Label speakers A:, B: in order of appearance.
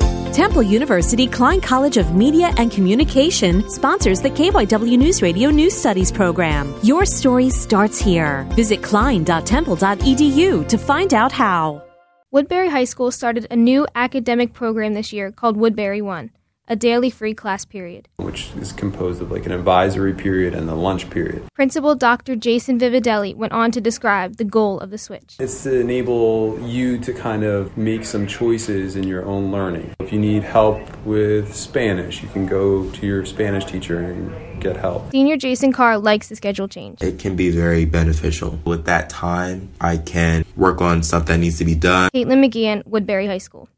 A: Temple University Klein College of Media and Communication sponsors the KYW News Radio News Studies program. Your story starts here. Visit klein.temple.edu E to find out how.
B: Woodbury High School started a new academic program this year called Woodbury One, a daily free class period.
C: which is composed of like an advisory period and the lunch period.
B: Principal Dr. Jason Vividelli went on to describe the goal of the switch.
C: It's to enable you to kind of make some choices in your own learning. If you need help with Spanish, you can go to your Spanish teacher and get help.
B: Senior Jason Carr likes the schedule change.
D: It can be very beneficial. With that time, I can work on stuff that needs to be done.
B: Caitlin McGeehan, Woodbury High School.